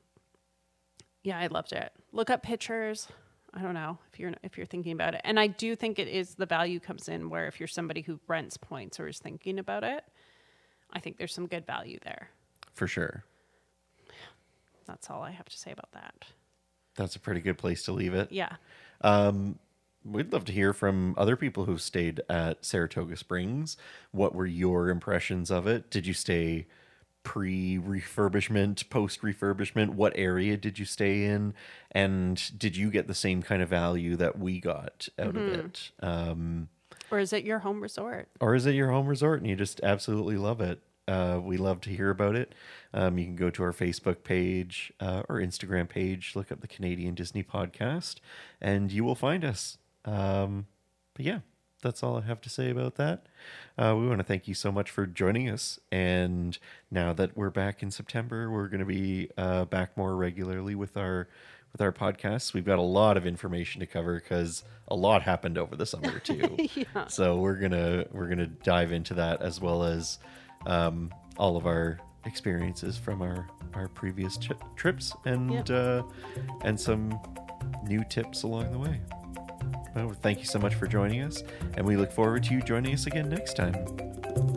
S2: yeah, I loved it. Look up pictures. I don't know if you're if you're thinking about it, and I do think it is the value comes in where if you're somebody who rents points or is thinking about it, I think there's some good value there.
S1: For sure.
S2: That's all I have to say about that.
S1: That's a pretty good place to leave it.
S2: Yeah,
S1: We'd love to hear from other people who've stayed at Saratoga Springs. What were your impressions of it? Did you stay pre refurbishment, post refurbishment? What area did you stay in? And did you get the same kind of value that we got out of it? Um,
S2: or is it your home resort?
S1: or is it your home resort and you just absolutely love it? Uh, we love to hear about it. Um, you can go to our Facebook page uh, or Instagram page, look up the Canadian Disney podcast, and you will find us. Um, but yeah, that's all I have to say about that. Uh, we want to thank you so much for joining us. And now that we're back in September, we're going to be uh, back more regularly with our with our podcasts. We've got a lot of information to cover because a lot happened over the summer too. So we're gonna we're gonna dive into that as well as um, all of our experiences from our our previous tri- trips and uh, and some new tips along the way. Well, thank you so much for joining us, and we look forward to you joining us again next time.